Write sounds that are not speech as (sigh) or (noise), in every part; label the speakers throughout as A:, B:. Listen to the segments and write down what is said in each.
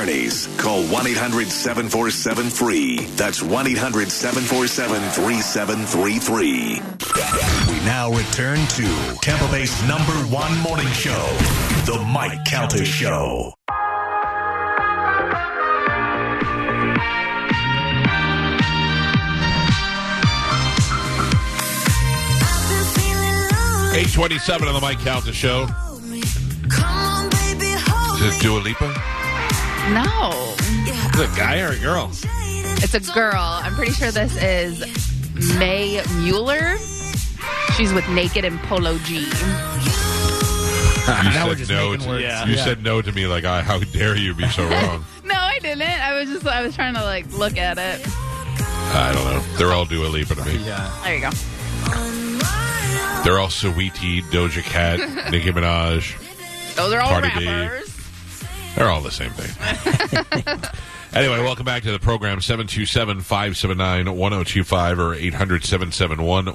A: attorneys. Call 1 800 747 FREE. That's 1 800 747 3733. We now return to Tampa Bay's number one morning show, The Mike Calter Show.
B: Eight twenty-seven on the Mike Calta show. Is it Dua Lipa?
C: No,
B: Is it a guy or a girl?
C: it's a girl. I'm pretty sure this is May Mueller. She's with Naked and Polo G.
B: You
D: Now we're
B: said
D: just
B: no.
D: making
B: To,
D: words.
B: You
D: Yeah.
B: said no to me. Like, I, how dare you be so wrong?
C: No, I didn't. I was just I was trying to like look at it.
B: I don't know. They're all Dua Lipa to me.
D: Yeah.
C: There you go.
B: They're all Saweetie, Doja Cat, Nicki Minaj.
C: Those are all
B: Cardi B.
C: rappers.
B: They're all the same thing. anyway, welcome back to the program 727-579-1025 or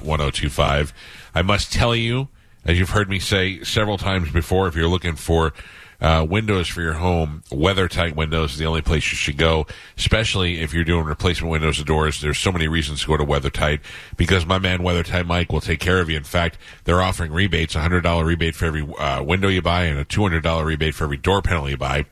B: 800-771-1025. I must tell you, as you've heard me say several times before, if you're looking for uh, windows for your home, weather tight windows is the only place you should go, especially if you're doing replacement windows and doors. There's so many reasons to go to WeatherTight because my man WeatherTight Mike will take care of you. In fact, they're offering rebates, a $100 rebate for every uh, window you buy and a $200 rebate for every door panel you buy.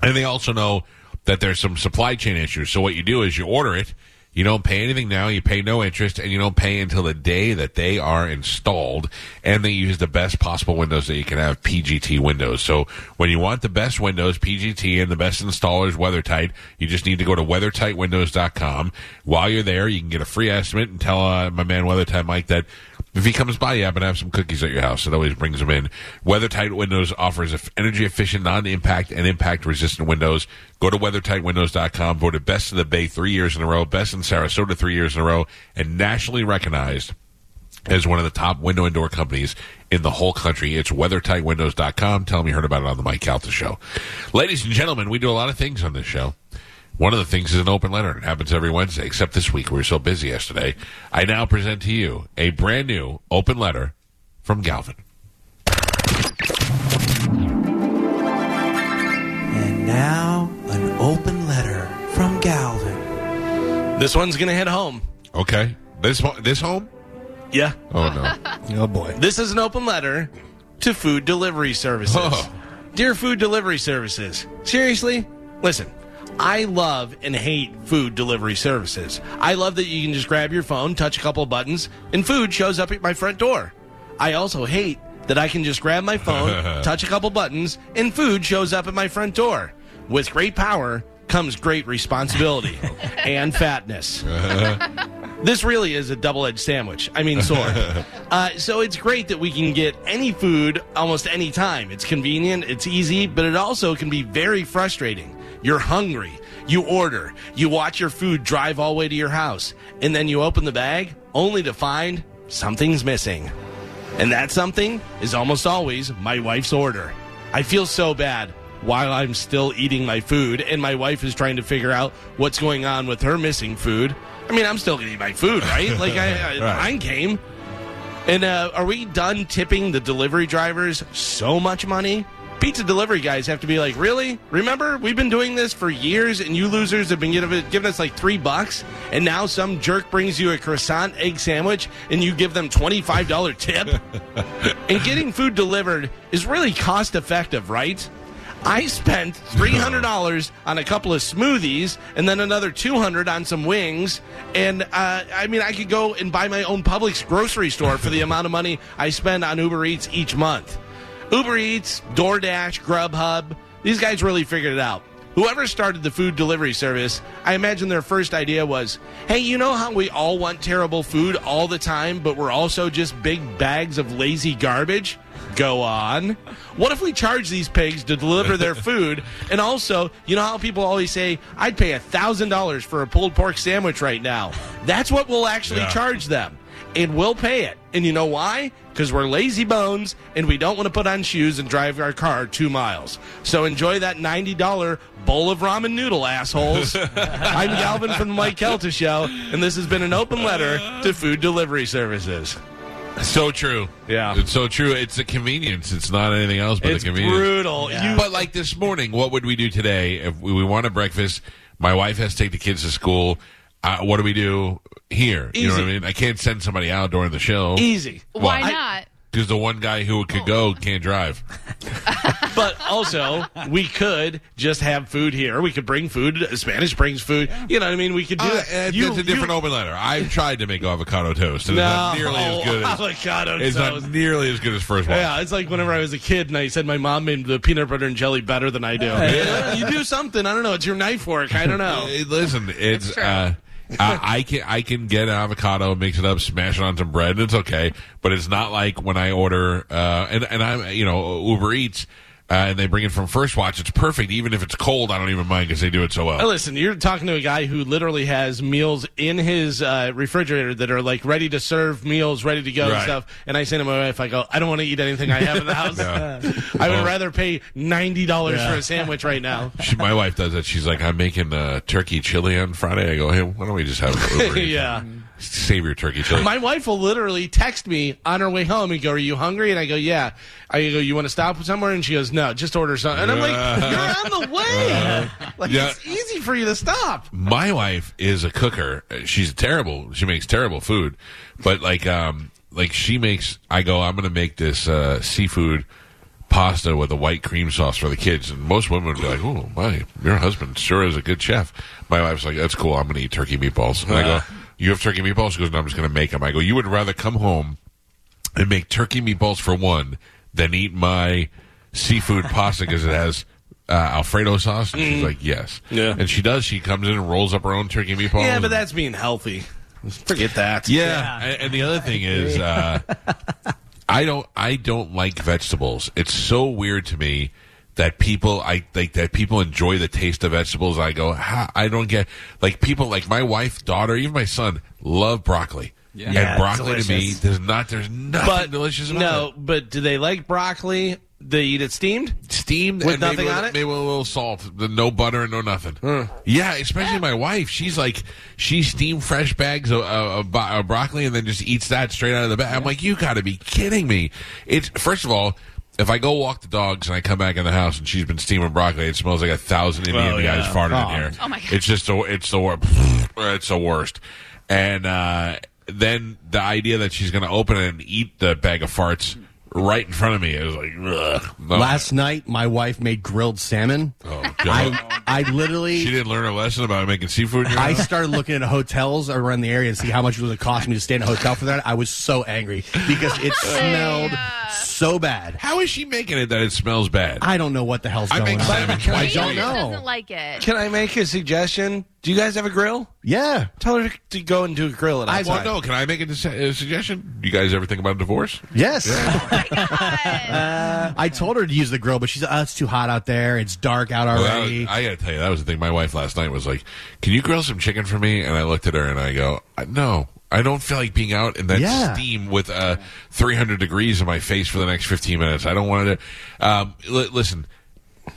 B: And they also know that there's some supply chain issues. So what you do is you order it, you don't pay anything now, you pay no interest, and you don't pay until the day that they are installed. And they use the best possible windows that you can have, PGT windows. So when you want the best windows, PGT and the best installers, WeatherTight, you just need to go to WeatherTightWindows.com. While you're there, you can get a free estimate and tell uh, my man WeatherTight Mike that if he comes by, you happen to have some cookies at your house. It always brings them in. WeatherTight Windows offers eff- energy efficient, non impact, and impact resistant windows. Go to weathertightwindows.com, voted best in the Bay three years in a row, best in Sarasota three years in a row, and nationally recognized as one of the top window and door companies in the whole country. It's weathertightwindows.com. Tell them you heard about it on the Mike Calta show. Ladies and gentlemen, we do a lot of things on this show. One of the things is an open letter. It happens every Wednesday, except this week. We were so busy yesterday. I now present to you a brand new open letter from Galvin.
E: And now, an open letter from Galvin.
F: This one's gonna hit home.
B: Okay. This ho- this home?
F: Yeah.
B: Oh, no.
F: (laughs)
D: Oh boy.
F: This is an open letter to food delivery services.
B: Oh.
F: Dear food delivery services, seriously, listen. I love and hate food delivery services. I love that you can just grab your phone, touch a couple buttons, and food shows up at my front door. I also hate that I can just grab my phone, touch a couple buttons, and food shows up at my front door. With great power comes great responsibility and fatness. This really is a double edged sandwich. I mean, sword. uh, so it's great that we can get any food almost any time. It's convenient, it's easy, but it also can be very frustrating. You're hungry, you order, you watch your food drive all the way to your house, and then you open the bag only to find something's missing. And that something is almost always my wife's order. I feel so bad while I'm still eating my food and my wife is trying to figure out what's going on with her missing food. I mean, I'm still going to eat my food, right? Like, I, I,
B: Right.
F: mine came. And uh, are we done tipping the delivery drivers so much money? Pizza delivery guys have to be like, really? Remember, we've been doing this for years, and you losers have been giving, giving us like three bucks, and now some jerk brings you a croissant egg sandwich, and you give them twenty five dollar tip. and getting food delivered is really cost effective, right? I spent three hundred dollars on a couple of smoothies, and then another two hundred on some wings. And uh, I mean, I could go and buy my own Publix grocery store for the amount of money I spend on Uber Eats each month. Uber Eats, DoorDash, Grubhub, these guys really figured it out. Whoever started the food delivery service, I imagine their first idea was, "Hey, you know how we all want terrible food all the time, but we're also just big bags of lazy garbage?" Go on. What if we charge these pigs to deliver their food? And also, you know how people always say, I'd pay $1,000 for a pulled pork sandwich right now? That's what we'll actually
B: Yeah.
F: charge them. And we'll pay it. And you know why? Because we're lazy bones and we don't want to put on shoes and drive our car two miles. So enjoy that $90 bowl of ramen noodle, assholes. I'm Galvin from the Mike Kelta Show, and this has been an open letter to food delivery services.
B: So true.
F: Yeah.
B: It's so true. It's a convenience. It's not anything else but
F: it's
B: a convenience.
F: brutal. You
B: But like this morning, what would we do today if we, we want a breakfast? My wife has to take the kids to school. Uh, what do we do here? You know what I
F: Easy.
B: mean? I can't send somebody out during the show
F: easy.
C: Why
B: Well, I-
C: not?
B: because the one guy who could go can't drive.
F: But also, we could just have food here. We could bring food. Spanish brings food. You know what I mean? We could do
B: Uh,
F: that.
B: uh,
F: You-
B: that's a different
F: you-
B: open letter. I've tried to make avocado toast. It's
F: no, Oh
B: not nearly as
F: (laughs)
B: good as
F: avocado
B: it's
F: toast.
B: not nearly as good as first one.
F: Yeah, it's like whenever I was a kid and I said my mom made the peanut butter and jelly better than
B: (laughs)
F: I do. you do something. I don't know. It's your knife work. I don't
B: Uh,
F: know.
B: Listen, it's,
C: true.
B: uh, I, I can I can get an avocado, mix it up, smash it on some bread, and it's okay. But it's not like when I order uh, and and I'm you know Uber Eats uh, and they bring it from First Watch. It's perfect, even if it's cold. I don't even mind because they do it so
F: Now,
B: well.
F: Listen, you're talking to a guy who literally has meals in his uh, refrigerator that are like ready to serve meals, ready to go and
B: Right.
F: stuff. And I say to my wife, I go, I don't want to eat anything I have
B: (laughs)
F: in the house. I would
B: Well-
F: rather pay ninety dollars for a sandwich right
B: (laughs)
F: now. (laughs)
B: She, my wife does that. She's like, I'm making uh, turkey chili on Friday. I go, hey, why don't we just have an
F: (laughs)
B: Uber Eats?
F: yeah.
B: Save your turkey chili.
F: My wife will literally text me on her way home and go, "Are you hungry?" And I go, "Yeah." I go, "You want to stop somewhere?" And she goes, "No, just order something." And I'm like, "You're on the (laughs) way. Like
B: Yeah.
F: it's easy for you to stop."
B: my wife is a cooker. Uh, She's terrible. She makes terrible food, but like, um, like she makes. I go. I'm gonna make this uh, seafood pasta with a white cream sauce for the kids, and most women would be like, "Oh, my, your husband sure is a good chef." My wife's like, "That's cool. I'm gonna eat turkey meatballs." And I go, "You have turkey meatballs?" She goes, "No, I'm just gonna make them." I go, "You would rather come home and make turkey meatballs for one than eat my seafood pasta because it has uh, Alfredo sauce. And she's like, yes.
F: Yeah.
B: And she does. She comes in and rolls up her own turkey meatballs.
F: Yeah, but
B: and-
F: that's being healthy. Forget that.
B: yeah. And, and the other thing is, uh, I don't. I don't like vegetables. It's so weird to me that people. I like that people enjoy the taste of vegetables. I go. "Ha, I don't get like people like my wife, daughter, even my son love broccoli. And
D: Yeah, it's
B: broccoli to me
D: delicious.
B: does not. There's nothing
F: but
B: delicious. About it.
F: no. But do they like broccoli? They eat it steamed.
B: steamed
F: With
B: and
F: nothing
B: maybe
F: on
B: with,
F: it?
B: maybe with a little salt, The- no butter and no nothing. Yeah, especially my wife. She's like she steamed fresh bags of, of, of, bo- of broccoli and then just eats that straight out of the bag. I'm like, you got to be kidding me! It's first of all. If I go walk the dogs and I come back in the house and she's been steaming broccoli, it smells like a thousand Indian guys farted in here.
C: Oh, my God.
B: It's just the it's the worst. (laughs) It's the worst. And uh, then the idea that she's going to open it and eat the bag of farts right in front of me is like ugh. No.
G: Last night, my wife made grilled salmon. (laughs)
B: Oh, God.
G: I, I
B: She
G: literally,
B: didn't learn her lesson about making seafood. in your
G: I
B: house?
G: started looking at hotels around the area and see how much it would cost me to stay in a hotel for that. I was so angry because it smelled so bad.
B: How is she making it that it smells bad?
G: I don't know what the hell's
B: I
G: going
B: make
G: on.
B: salmon
G: I
B: twice a
G: don't
B: week.
G: know.
C: doesn't like it.
F: (laughs) Can I make a suggestion? Do you guys have a grill?
G: Yeah.
F: Tell her to go and do a grill. At
G: I-
B: well, no. Can I make a, dis- a suggestion? You guys ever think about a divorce?
G: Yes. I told her to use the grill, but she's oh, it's too hot out there. It's dark out
B: Well, that
G: already.
B: was- I got to tell you, that was the thing. My wife last night was like, "Can you grill some chicken for me?" And I looked at her and I go, "I- "No." I don't feel like being out in that
G: Yeah.
B: steam with uh, 300 degrees in my face for the next 15 minutes. I don't want to. Um, li- listen,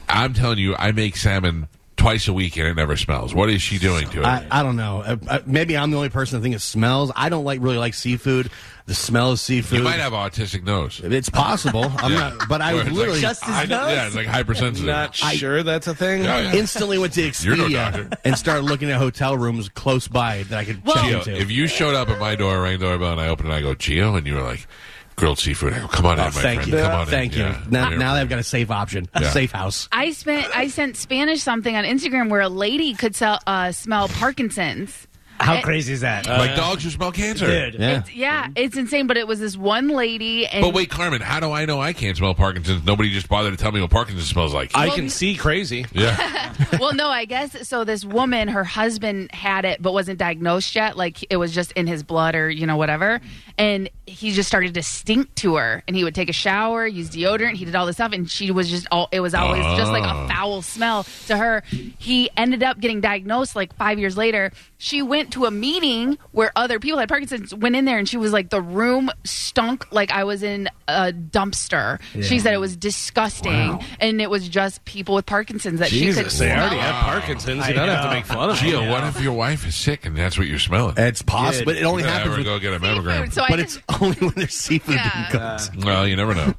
B: I'm telling you, I make salmon twice a week and it never smells. What is she doing to it?
G: I, I don't know. Uh, uh, maybe I'm the only person that thinks it smells. I don't like really like seafood. The smell of seafood.
B: you might have autistic nose.
G: It's possible. I'm not, but I
B: Where it's
G: literally
B: like, I- Yeah, it's like hypersensitive. Oh,
F: Not sure that's a thing.
B: Yeah, yeah.
G: instantly went to (laughs)
B: You're no
G: Expedia
B: doctor.
G: and started looking at hotel rooms close by that I could check
B: Gio,
G: into.
B: if you showed up at my door, rang the doorbell, and I opened it, I go, Geo, and you were like, grilled seafood. I go, come on
G: Oh,
B: in, my
G: thank
B: friend.
G: you.
B: Come on
G: thank
B: in.
G: you.
B: Yeah.
G: Now,
B: Yeah.
G: now they've got a safe option,
B: Yeah.
G: safe house.
C: I spent I sent Spanish something on Instagram where a lady could sell, uh, smell Parkinson's.
D: How crazy is that?
B: like dogs who smell cancer.
D: Dude.
G: Yeah.
C: Yeah, it's insane. But it was this one lady, and
B: But wait, Carmen, how do I know I can't smell Parkinson's? Nobody just bothered to tell me what Parkinson's smells like.
F: I can see crazy.
B: (laughs) yeah.
C: (laughs) well, no, I guess so. This woman, her husband had it, but wasn't diagnosed yet. Like it was just in his blood, or you know, whatever. And he just started to stink to her, and he would take a shower, use deodorant, he did all this stuff, and she was just all. It was always just like
B: Oh.
C: a foul smell to her. He ended up getting diagnosed like five years later. She went to a meeting where other people had Parkinson's. Went in there and she was like, the room stunk like I was in a dumpster. She said it was disgusting, and it was just people with Parkinson's that she could
F: Jesus, they
C: smell.
F: already have Parkinson's. You don't have to make fun of
B: Gio,
F: them.
B: what if your wife is sick and that's what you're smelling?
G: It's possible, but it only
B: You gotta
G: happens.
B: ever
G: With,
B: go get a
C: Seafood,
B: mammogram.
C: so I
G: but
C: just-
G: it's (laughs) only when there's seafood
C: Yeah.
G: being cooked.
B: Well, you never
C: (laughs)
B: know.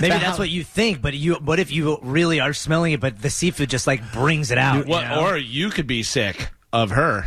D: Maybe that's what you think, but you. What if you really are smelling it, but the seafood just like brings it out? you
F: What-
D: know?
F: Or you could be sick of her.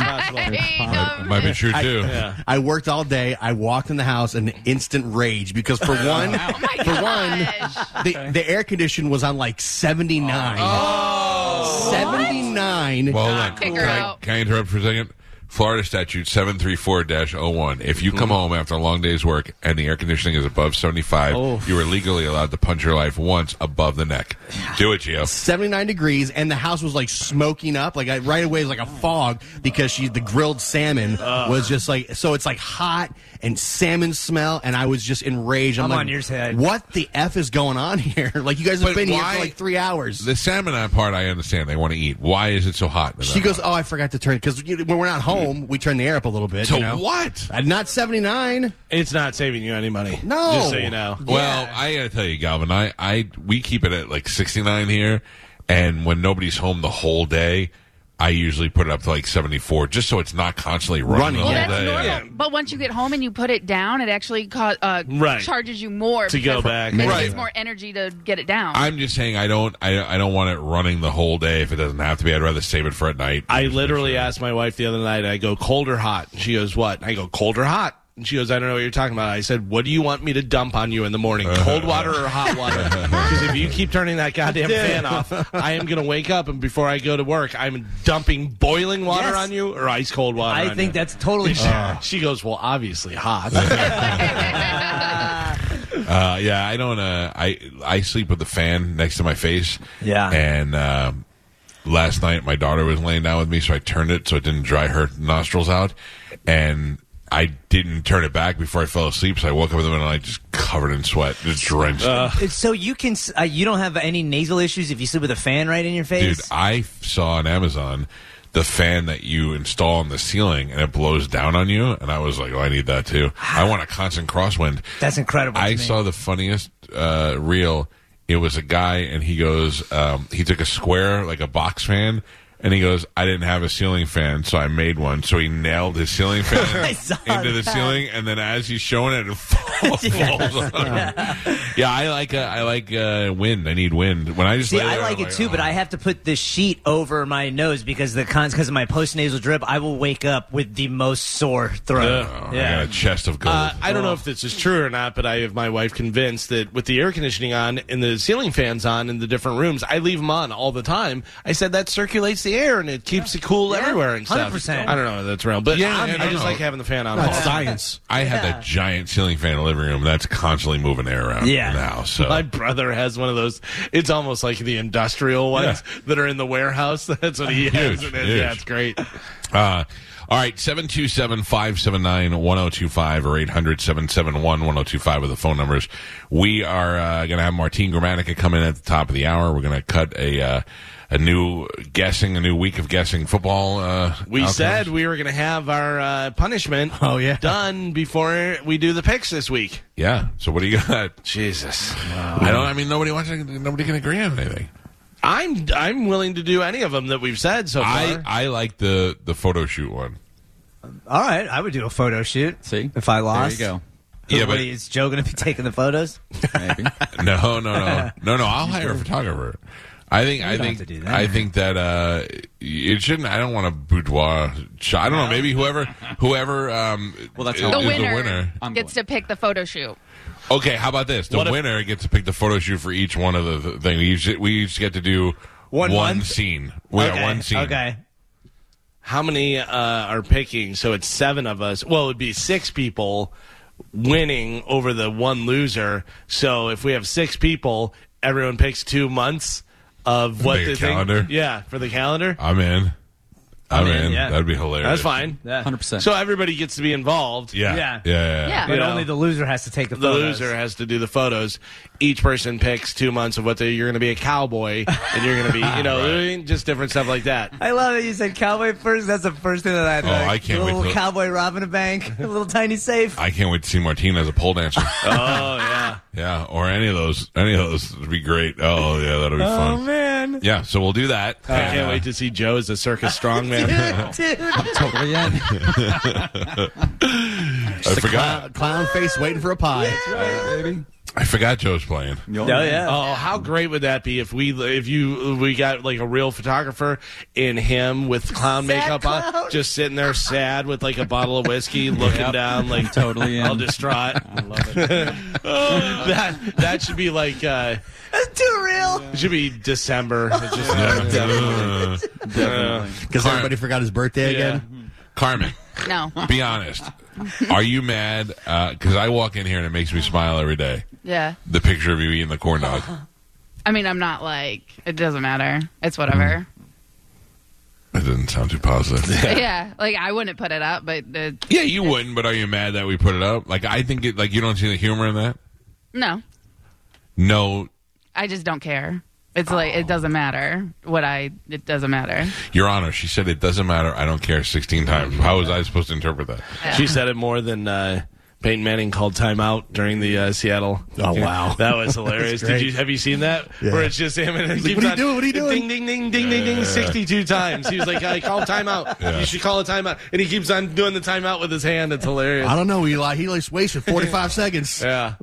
C: (laughs)
F: possible.
C: Hey,
B: Might be true too.
G: I worked all day. I walked in the house in instant rage because (laughs) for one,
C: Oh my
G: for one,
C: gosh.
G: the, the air condition was on like 79. Oh. 79.
B: Well, hold on.
C: Figure
B: Can I,
C: out.
B: can I interrupt for a second? Florida statute 734-01. If you come home after a long day's work and the air conditioning is above 75, you are legally allowed to punch your life once above the neck. Do it, Gio.
G: 79 degrees, and the house was like smoking up. Like I, right away, it was like a fog because she the grilled salmon was just like so. It's like hot and salmon smell, and I was just enraged. I'm
D: I'm
G: like,
D: on your side.
G: What the f is going on here? (laughs) Like you guys have
B: But
G: been here
B: why-
G: for like three hours.
B: The salmon on part, I understand. They want to eat. Why is it so hot? in
G: she
B: that
G: goes,
B: house?
G: "Oh, I forgot to turn because when we're not home, we turn the air up a little bit."
B: To
G: you know?
B: what?
G: Uh, Not 79.
F: It's not saving you any money.
G: No.
F: Just so you know.
B: Well, I gotta tell you, Galvin, I, I we keep it at like sixty nine here, and when nobody's home the whole day, I usually put it up to like seventy four, just so it's not constantly running,
G: Running.
B: all
C: Well,
G: Yeah,
C: that's
B: day.
C: normal. But once you get home and you put it down, it actually ca- uh,
F: Right.
C: charges you more
F: To go
C: because
F: back.
C: It
B: Right.
C: takes more energy to get it down.
B: I'm just saying I don't I, I don't want it running the whole day if it doesn't have to be. I'd rather save it for at night.
F: I literally asked my wife the other night, I go, cold or hot? And she goes, what? I go, cold or hot? And she goes, I don't know what you're talking about. I said, what do you want me to dump on you in the
G: (laughs)
F: morning? Cold water or hot water? Because if you keep turning that goddamn fan off, I am going to wake up and before I go to work, I'm dumping boiling water
D: Yes.
F: on you or ice cold water
D: I
F: on
D: think
F: you.
D: that's totally.
G: Uh.
F: She goes, well, obviously
G: (laughs)
F: hot.
B: Uh, yeah, I don't. Uh, I I sleep with the fan next to my face.
D: Yeah.
B: And um, last night my daughter was laying down with me, so I turned it so it didn't dry her nostrils out, and I didn't turn it back before I fell asleep. So I woke up in the middle and I just covered in sweat, just drenched.
D: So you can. s- Uh, you don't have any nasal issues if you sleep with a fan right in your face.
B: Dude, I f- saw on Amazon the fan that you install on the ceiling and it blows down on you, and I was like, oh, I need that too. I want a constant crosswind.
D: That's incredible. to
B: I
D: me.
B: saw the funniest uh, reel. It was a guy, and he goes, um, he took a square, like a box fan, and he goes, I didn't have a ceiling fan, so I made one. So he nailed his
D: (laughs)
B: ceiling fan
D: I
B: into
D: saw
B: the
D: that.
B: ceiling, and then as he's showing it, (laughs) it
D: (laughs)
B: falls, falls on him. Yeah, I like uh, I like uh, wind. I need wind. When I just
D: See,
B: lay
D: I
B: there,
D: like
B: I'm
D: it too, but
B: "Oh."
D: I have to put this sheet over my nose because the cons because of my post nasal drip. I will wake up with the most sore throat.
B: Oh, I
D: yeah,
B: got a chest of gold.
F: Uh, I don't know if this is true or not, but I have my wife convinced that with the air conditioning on and the ceiling fans on in the different rooms, I leave them on all the time. I said that circulates the air and it keeps it cool everywhere and stuff.
D: 100%.
F: I don't know if that's real, but
B: Yeah,
F: I'm-
B: yeah,
F: I
B: no,
F: just
B: no.
F: like having the fan on. all
G: That's
F: the time.
G: science.
B: I had that giant ceiling fan in the living room that's constantly moving air around
D: Yeah.
B: now. So
F: My brother has one of those. It's almost like the industrial ones that are in the warehouse. (laughs) That's what he has.
B: Huge,
F: and it-
B: huge.
F: Yeah, it's great.
B: Uh, all right, 727-579-1025 or 800-771-1025 with the phone numbers. We are uh, going to have Martine Gramatica come in at the top of the hour. We're going to cut a uh, a new guessing, a new week of guessing football. Uh,
F: We
B: outcomes.
F: said we were going to have our uh,
B: (laughs)
F: punishment
G: Oh, yeah.
F: done before we do the picks this week.
B: yeah. So what do you got?
F: Jesus.
B: I don't. I mean, nobody wants. To, nobody can agree on anything.
F: I'm I'm willing to do any of them that we've said so far.
B: I I like the the photo shoot one.
D: all right. I would do a photo shoot.
H: See?
D: if I lost,
H: There you
D: Who-
B: Yeah,
D: what,
B: but-
D: is Joe going to be (laughs) taking the photos?
H: go. Maybe.
B: No, no,
D: (laughs)
B: no, no, no. I'll hire a photographer. I think. I
D: don't
B: think.
D: have to do that.
B: I think that uh, it shouldn't. I don't want a boudoir shot. I don't know. Maybe whoever, whoever. Um,
H: Well, that's
B: is,
H: how
C: the
H: Who's
B: is
C: winner,
B: the winner.
H: I'm
C: gets
H: going.
C: to pick the photo shoot.
B: Okay, how about this? The
F: What if-
B: winner gets to pick the photo shoot for each one of the th- thing. We each, we each get to do
D: One month?
B: scene. We got
D: okay.
B: one scene.
D: Okay.
F: How many uh, are picking? So it's seven of us. Well, it would be six people winning over the one loser. So if we have six people, everyone picks two months of what
B: Big
F: the thing-
B: calendar?
F: Yeah, for the calendar.
B: I'm in. I'm
D: in,
B: in.
D: yeah.
B: That'd be hilarious.
F: That's fine.
D: Yeah.
E: 100%.
F: So everybody gets to be involved.
B: Yeah.
D: Yeah.
B: Yeah. Yeah.
C: Yeah.
D: But
F: Yeah.
D: only the loser has to take the
F: The
D: photos.
F: loser has to do the photos. Each person picks two months of what they, you're going to be a cowboy and you're going to be, (laughs) you know, just different stuff like that.
D: I love it. You said cowboy first. That's the first thing that I thought.
B: Oh, I can't
D: a
B: wait
D: little
B: till-
D: cowboy robbing a
B: (laughs)
D: bank, a little tiny safe.
B: I can't wait to see Martina as a pole
D: (laughs)
B: dancer.
F: Oh, yeah.
B: yeah, or any of those. Any of those would be great. Oh yeah, that'll be
D: oh
B: fun.
D: man,
B: Yeah, so we'll do that. uh,
F: I can't wait to see Joe as a circus (laughs) strongman.
D: (laughs) dude.
B: (laughs)
E: Totally in.
C: Oh,
B: I forgot.
G: Clown, uh, clown face waiting for a pie.
E: Baby.
B: I forgot Joe's
F: (laughs)
B: playing.
E: Oh,
F: Oh, how great would that be if we if you we got like a real photographer in him with clown makeup on, just sitting there sad with like a bottle of (laughs) whiskey, looking down like
E: Totally in.
F: all distraught. I love it. (laughs) that that should be like uh,
D: That's too real.
F: it should be December. (laughs) It's just-
B: Uh,
E: Definitely.
G: Because everybody forgot his birthday again.
B: Carmen,
C: No.
B: be honest. Are you mad? Because I walk in here and it makes me smile every day.
C: Yeah.
B: The picture of you eating the corn
F: (laughs)
B: dog.
C: I mean, I'm not like, it doesn't matter. It's whatever.
B: That didn't sound too positive.
C: yeah. Like, I wouldn't put it up, but uh,
B: yeah, you wouldn't. But are you mad that we put it up? Like I think it. Like you don't see the humor in that.
C: no.
B: No,
C: I just don't care. It's like, it doesn't matter what I, it doesn't matter.
B: Your Honor, she said it doesn't matter. I don't care. Sixteen times. How was I supposed to interpret that?
F: She said it more than uh, Peyton Manning called timeout during the uh, Seattle.
G: Oh, wow.
F: that
G: (laughs)
F: was hilarious. Did you have you seen that? Where it's just him and it keeps
G: what are you
F: on-
G: doing? What are you doing?
F: Ding ding ding ding ding ding. Sixty two times. He was like, I call
G: (laughs)
F: timeout. You should call a timeout, and he keeps on doing the timeout with his hand. It's hilarious.
G: I don't know, Eli. He just wasted 45
F: (laughs)
G: seconds.
F: Yeah.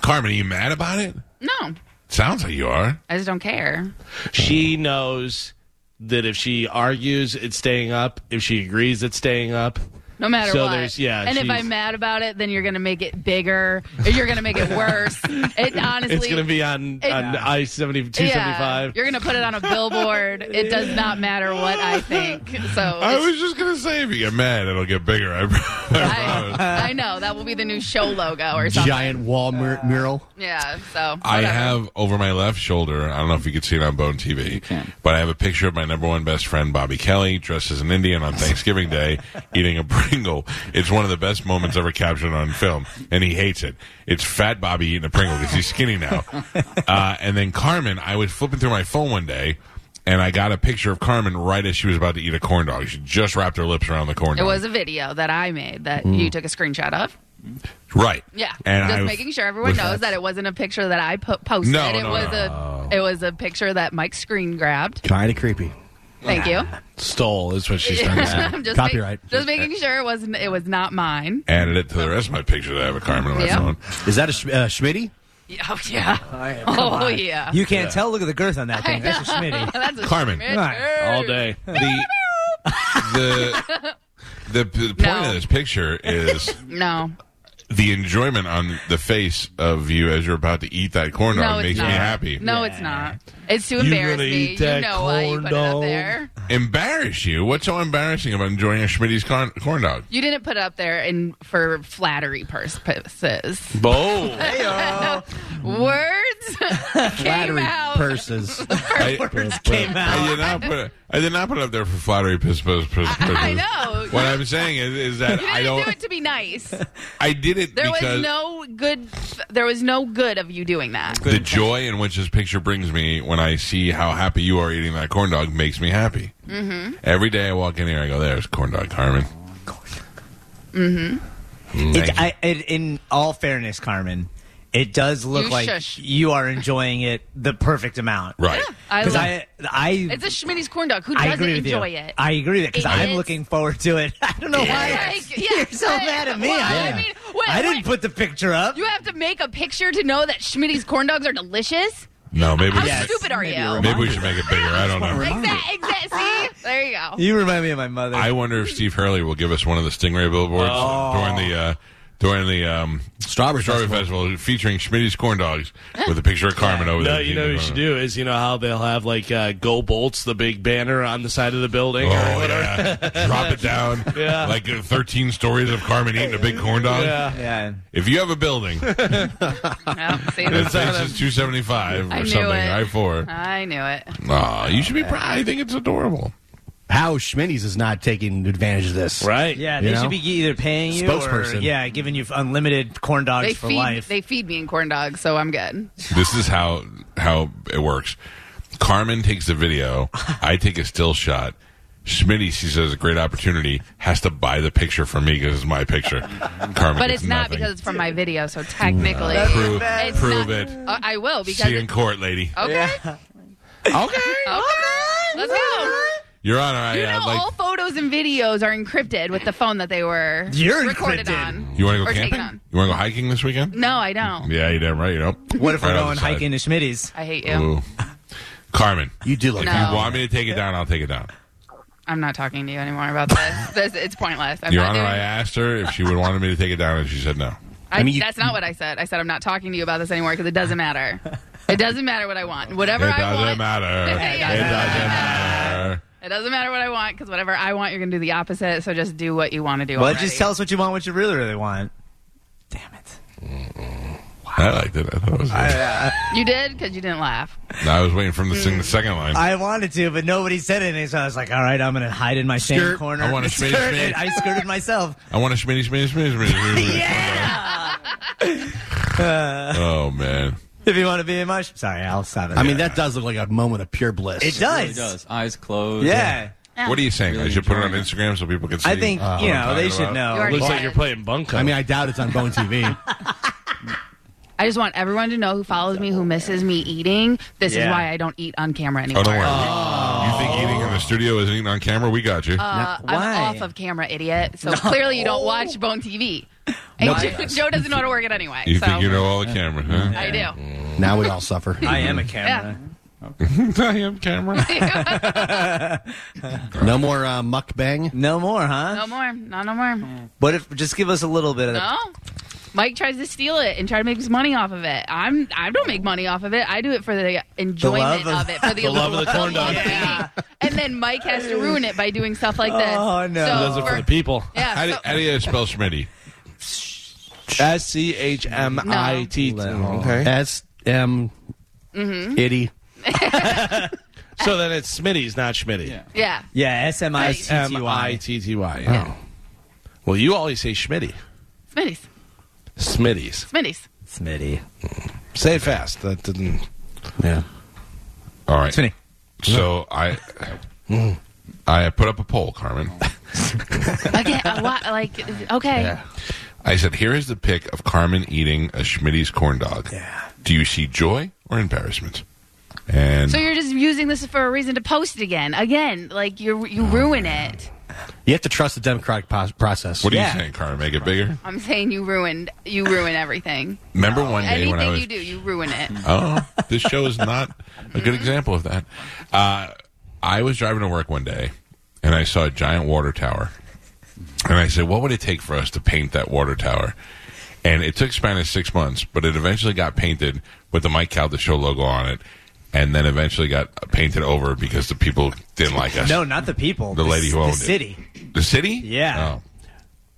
B: Carmen, are you mad about it?
C: No.
B: Sounds like you are.
C: I just don't care.
F: she knows that if she argues, it's staying up. If she agrees, it's staying up.
C: No matter
F: So
C: what.
F: there's- yeah,
C: and if
F: she's-
C: I'm mad about it, then you're going to make it bigger. Or you're going to make it
B: (laughs)
C: worse. It honestly.
F: It's going to be on
C: It-
F: on I seventy two seventy
C: Yeah,
F: five.
C: you're gonna put it on a billboard. It does not matter what I think. So
B: I
C: it's-
B: was just gonna say, if you get mad, it'll get bigger. (laughs) I, promise.
C: I, I know that will be the new show logo or something.
G: Giant wall mur- mural.
C: Yeah. So
B: I
C: whatever.
B: have over my left shoulder. I don't know if you can see it on Bone TV, but I have a picture of my number one best friend Bobby Kelly dressed as an Indian on Thanksgiving
C: (laughs)
B: Day eating a Pringle. It's one of the best moments ever captured on film, and he hates it. It's fat Bobby eating a Pringle because he's skinny now.
C: (laughs)
B: Uh, and then Carmen, I was flipping through my phone one day. And I got a picture of Carmen right as she was about to eat a corn dog. She just wrapped her lips around the corn
C: It
B: dog.
C: was a video that I made that you took a screenshot of.
B: right.
C: Yeah.
B: Mm. And
C: Just
B: I-
C: making sure everyone
B: was-
C: knows that it wasn't a picture that I put posted.
B: No,
C: it
B: no,
C: was
B: no.
C: a it was a picture that Mike screen grabbed.
G: Kind of creepy.
C: Thank you. (laughs)
F: Stole is what she's trying to say.
C: I'm just
G: Copyright.
C: Make, just making sure it wasn't it was not mine.
B: added it to the rest of my picture that I have a Carmen on my
C: Yeah.
B: phone.
G: Is that a sh- uh, Schmitty?
C: Yeah, (laughs) Oh
F: (laughs)
C: yeah. Oh yeah.
D: You can't tell. Look at the girth on that thing. That's
C: (laughs)
D: a Schmitty.
C: That's a
B: Carmen.
C: shit.
D: Right.
F: all day.
B: The the
C: (laughs)
B: the, the point
C: No.
B: of this picture
C: (laughs)
B: is
C: No.
B: the enjoyment on the face of you as you're about to eat that corn dog
C: No, it's
B: makes
C: not.
B: me happy.
C: No, it's not. It's to
F: You
C: embarrass
F: gonna
C: me.
F: eat
C: You
F: that
C: know why you
F: corn
C: put it up
F: dog?
C: there.
B: Embarrass you? What's so embarrassing about enjoying a Schmitty's corn, corn dog?
C: You didn't put it up there in for flattery purposes.
F: Boom.
C: Words came
G: Flattery
C: out.
G: purses.
B: I,
D: Came
B: I
D: out.
B: did not put it, I did not put it up there for flattery purposes.
C: (laughs) I know.
B: What I'm saying is, is that
C: you
B: I
C: didn't
B: don't.
C: do it to be nice.
B: I did it
C: There
B: because
C: was no good. There was no good of you doing that.
B: the joy in which this picture brings me when I see how happy you are eating that corn dog makes me happy. Mm-hmm. Every day I walk in here, I go, "There's corn dog, Carmen."
D: It, I, it, in all fairness, Carmen, it does look
C: You
D: like
C: shush.
D: you are enjoying it the perfect amount.
B: Right.
C: I,
D: Because
C: love-
D: I, I,
C: it's a Schmitty's corn dog. Who
D: I
C: doesn't
D: agree with
C: enjoy
D: you.
C: it?
D: I agree with it because
C: It
D: I'm
C: is-
D: looking forward to it. (laughs) I don't know why (laughs)
C: Like, yeah,
D: you're so
C: I-
D: mad at me.
C: well,
D: I,
C: I mean, wait,
D: I didn't
C: wait.
D: put the picture up.
C: You have to make a picture to know that Schmitty's corn dogs are delicious.
B: No, maybe
C: How
B: we should,
C: stupid are you?
B: maybe we should make it bigger. I don't know.
C: Exactly. Exact, see, there you go.
D: You remind me of my mother.
B: I wonder if Steve Hurley will give us one of the Stingray billboards
F: Oh.
B: during the uh, during the um,
G: Strawberry
B: Strawberry
G: Festival.
B: Festival featuring Schmitty's corn dogs with a picture of Carmen over
F: No,
B: there.
F: you know what you should do is you know how they'll have like uh, "Go Bolts" the big banner on the side of the building.
B: Oh
F: or whatever. (laughs)
B: yeah, drop it down.
F: Yeah.
B: like uh, thirteen stories of Carmen eating a big corn dog.
F: Yeah.
D: yeah.
B: If you have a
F: (laughs)
B: building
C: Yeah, see,
B: that faces two seventy five
C: I
B: or
C: knew
B: something,
F: (laughs)
C: it.
B: I four.
C: I knew it.
B: Aw, you should be proud. I think it's adorable.
G: How Schmitty's is not taking advantage of this.
F: Right.
D: Yeah,
G: You
D: they
G: know?
D: should be either paying you or
G: Spokesperson.
D: yeah, giving you unlimited corn dogs
C: They
D: for
C: feed
D: life.
C: they feed me in corn dogs, so I'm good.
B: This is how how it works. Carmen takes the video. I take a still shot. Schmitty sees it as a great opportunity. Has to buy the picture from me because it's my picture. Carmen,
C: But
B: gets
C: it's not
B: nothing.
C: because it's from my video, so technically,
B: prove,
C: it's
B: prove
C: not-
B: it.
C: Uh, I will because
B: See you in court, lady.
C: okay,
D: (laughs)
F: Okay.
C: okay, let's go.
B: Your Honor, I,
C: You
B: I'd
C: know, oh.
B: like.
C: all photos and videos are encrypted with the phone that they were
D: You're
C: recorded
D: encrypted.
C: on.
B: you want to go
C: or taken
B: camping?
C: on.
B: You want to go hiking this weekend?
C: No, I don't.
B: Yeah, you damn right. You know.
D: What if we're
B: Right on
D: going
B: the side.
D: hiking to Schmitty's?
C: I hate you.
B: Ooh. Carmen,
G: You do look.
C: No.
B: you want me to take it down? I'll take it down.
C: I'm not talking to you anymore about this. this it's pointless. I'm
B: Your
C: not
B: Honor,
C: doing
B: I
C: it.
B: asked her if she would wanted me to take it down, and she said no.
C: I,
G: I mean, you-
C: that's not what I said. I said I'm not talking to you about this anymore because it doesn't matter. It doesn't matter what I want.
B: It
C: Whatever I
B: doesn't
C: want,
B: matter.
C: (laughs) Yeah,
B: It
C: yeah.
B: doesn't matter.
C: it doesn't matter what I want because whatever I want, you're going to do the opposite. So just do what you want to do.
D: Well,
C: already.
D: just tell us what you want, what you really, really want. Damn it.
B: I liked it. I thought it was. good.
C: you did because you didn't laugh.
B: I was waiting for him to
C: Hmm.
B: sing the second line.
D: I wanted to, but nobody said anything, so I was like, all right, I'm going to hide in my sand
G: Skirt.
D: corner.
B: I
D: (laughs)
B: wanna Schmitty,
D: Skirt,
B: Schmitty.
D: and I skirted myself.
B: I want a schmitty, schmitty, schmitty, schmitty. schmitty.
C: (laughs)
B: (laughs) Oh man.
D: (laughs) If you want to be in my... Sh- Sorry, I'll stop it.
G: I mean, that does look like a moment of pure bliss.
D: It does.
H: Really does. Eyes closed.
D: Yeah.
B: What are you saying? I
H: Really
B: should put it on
H: enjoying it.
B: Instagram so people can see.
D: I think,
G: uh,
B: what
D: you
B: I'm
D: know, they
B: talking
D: should
B: about?
C: You
D: know.
C: already
F: Looks
C: said
F: like you're
C: it.
F: playing bunko.
G: I mean, I doubt it's on
B: (laughs)
G: Bone TV.
C: I just want everyone to know who follows me, who misses me eating. This is
D: Yeah.
C: why I don't eat on camera
B: Oh,
C: anymore.
B: don't worry. You think eating in the studio isn't eating on camera? We got you.
C: Oh. Uh,
D: Why?
C: I'm off of camera, idiot. So clearly you don't watch Bone TV. And Joe, (laughs) Joe doesn't know how to work it anyway.
B: you
C: so
B: think you know all the camera, huh?
C: I do.
G: now we all suffer.
D: I am a camera.
B: (laughs) I am camera.
G: No more uh, mukbang.
D: No more,
C: (laughs)
D: huh?
C: no more. No, no more.
D: What if... Just give us a little bit of...
C: No. Oh. Mike tries to steal it and try to make his money off of it. I'm I don't make money off of it. I do it for the enjoyment
D: The love of-
C: of it,
F: (laughs)
C: for the,
F: The love of the corn dog.
C: of eating. And then Mike has to ruin it by doing stuff like this.
D: Oh, no.
C: So
F: Those are for
C: for-
F: the people.
C: Yeah.
B: How do,
C: so-
B: how do you spell Schmitty?
F: S C H M I T T. Okay.
G: S M itty.
F: So then it's Smitty's, not Schmitty.
H: Yeah.
C: yeah.
D: Yeah, S-M-I-T-T-Y.
F: S-M-I-T-T-Y, yeah. Oh. Well, you always say Schmitty.
C: Smitty's.
F: Smitty's.
C: Smitty's.
D: Smitty.
F: Say it fast. That didn't.
G: Yeah.
B: All right.
D: Smitty.
B: So I, I put up a poll, Carmen.
C: Okay, uh, what, like okay.
B: I said, "Here is the pic of Carmen eating a Schmitty's corn dog.
D: Yeah.
B: Do you see joy or embarrassment?" And
C: So you're just using this for a reason to post again. Again, like you you ruin it.
G: You have to trust the democratic pos- process.
B: what do
D: yeah.
B: you think, Carmen? Make it bigger.
C: I'm saying you ruined you ruin everything.
B: Remember one day when I
C: Anything
B: was
C: you do, you ruin it.
B: Oh, this show is not a good example of that. Uh, I was driving to work one day and I saw a giant water tower. And I said, What would it take for us to paint that water tower? And it took Spanish six months, but it eventually got painted with the Mike Cal the Show logo on it. And then eventually got painted over because the people didn't like us.
D: No, not the people.
B: The lady who
D: the
B: owned it.
D: city.
B: The city?
D: Yeah.
B: Oh.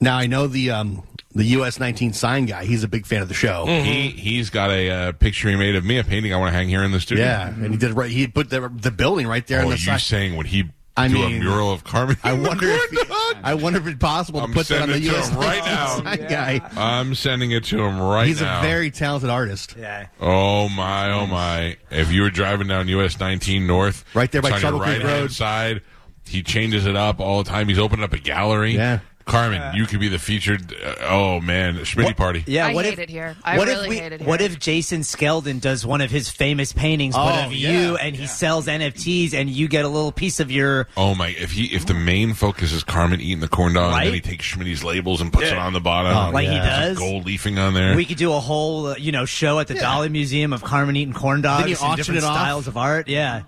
G: Now I know the um, the US 19 sign guy. He's a big fan of the show.
B: Oh. He, he's got a uh, picture he made of me, a painting I want to hang here in the studio.
G: Yeah, and he did right. He put the, the building right there
B: Oh,
G: on
B: are
G: the
B: you
G: side.
B: saying when he
G: I
B: do a
G: mean,
B: mural of Carmen?
G: I wonder.
B: (laughs)
G: If I wonder if it's possible to
B: I'm
G: put that on the
B: sending it to
G: US
B: him right
G: 19
B: now.
G: sign guy.
B: I'm sending it to him right
G: He's
B: now.
G: a very talented artist.
D: Yeah.
B: oh my, oh my! If you were driving down US 19 North,
G: Right there by
B: it's on
G: Trouble
B: your
G: Creek
B: right hand
G: Road.
B: side, he changes it up all the time. He's opened up a gallery.
G: Yeah.
B: Carmen, you could be the featured. Uh, oh man, Schmitty party.
D: Yeah,
C: I
D: what
C: hate
D: if,
C: it here. I
D: what
C: really
D: if we,
C: hate it
D: What
C: here.
D: if Jason Skeldon does one of his famous paintings, but
G: Oh,
D: of
G: yeah.
D: you, and he sells NFTs, and you get a little piece of your.
B: Oh my! If he, if the main focus is Carmen eating the corn dog, and then
D: Right?
B: he takes Schmitty's labels and puts it on the bottom,
D: Oh, like he
B: There's
D: does?
B: gold leafing on there.
D: We could do a whole, uh, you know, show at the Dolly Museum of Carmen eating corn dogs
G: you
D: and
G: auction
D: different
G: it off?
D: styles of art. Yeah,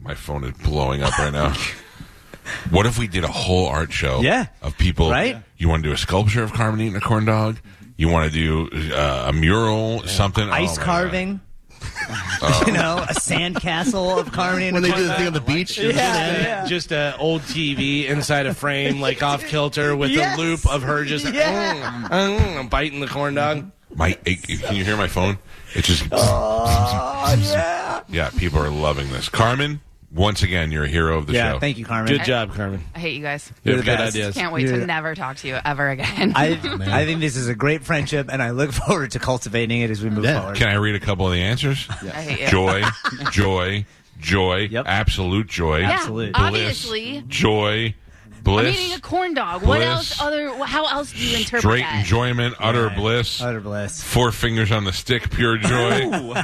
B: My phone is blowing up right
D: (laughs)
B: now. what if we did a whole art show?
D: Yeah.
B: Of people.
D: Right?
B: You want to do a sculpture of Carmen eating a corn dog? You want to do uh, a mural, something?
D: ice
B: Oh, my
D: carving. (laughs) you know, a sandcastle of Carmen. eating
G: When they
D: corn
G: do the
D: dogs.
G: thing on the beach, (laughs)
F: Just a old TV inside a frame, like off kilter, with
D: Yes.
F: a loop of her just
D: Yeah.
F: mm, mm, mm, biting the corn dog.
B: God. My, it- can you hear
D: Uh.
G: Oh,
B: my phone? It's just. yeah. People are loving this. Carmen, once again, you're a hero of the
D: Yeah,
B: show.
D: thank you, Carmen.
F: Good job, Carmen.
C: I hate you guys.
F: You
D: You're
F: have
D: the
F: good
D: best.
F: ideas.
C: Can't wait
D: Yeah.
C: to never talk to you ever again.
D: I, I think this is a great friendship, and I look (laughs) forward to cultivating it as we move
G: Yeah.
D: forward.
B: Can I read a couple of the answers?
C: (laughs) I hate you.
B: (laughs) Joy, joy, joy,
D: Yep.
B: absolute joy,
C: yeah,
D: Absolute.
C: obviously.
B: joy,
C: I'm
B: bliss,
C: eating a corn dog. What
B: bliss.
C: else? Other? How else do you interpret
B: straight
C: that?
B: enjoyment, utter bliss,
D: Utter bliss.
B: four fingers on the stick, pure joy.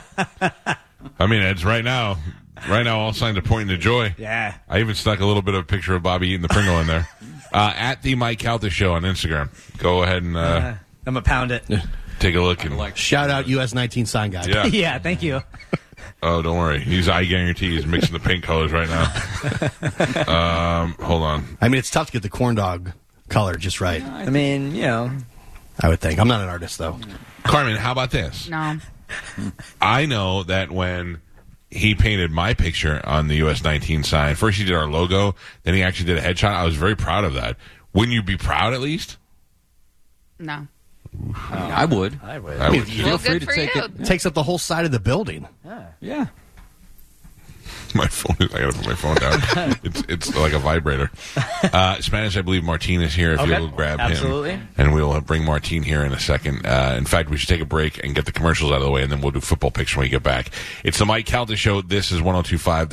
B: I mean, it's right now. Right now, all signs are pointing to joy.
D: Yeah.
B: I even stuck a little bit of a picture of Bobby eating the Pringle in there. Uh, at the Mike Calta Show on Instagram. Go ahead and uh,
D: Uh, I'm going to pound it.
B: take a look. And,
H: Like,
G: Shout out US 19 sign guy.
B: yeah.
D: (laughs) yeah, thank you.
B: Oh, don't worry. He's, I guarantee he's mixing the paint colors right now. um, hold on.
G: I mean, it's tough to get the corn dog color just right,
D: I mean, you know.
G: I would think. I'm not an artist, though.
B: Carmen, how about this?
C: No.
B: I know that when he painted my picture on the US 19 sign, first he did our logo, then he actually did a headshot. I was very proud of that. Wouldn't you be proud at least?
C: No.
H: I would.
B: I
D: (laughs)
B: would.
C: Well,
H: free
C: good
H: to
C: for
H: take
C: you.
H: it.
G: It takes up the whole side of the building.
H: Yeah.
B: My phone. is- I gotta put my phone
D: (laughs)
B: down. it's it's like a vibrator. Uh, Spanish, I believe Martin is here. If
D: Okay.
B: you'll grab
D: Absolutely.
B: him, and we'll bring Martin here in a second. Uh, in fact, we should take a break and get the commercials out of the way, and then we'll do football picks when we get back. It's the Mike Calda Show. This is 1025. The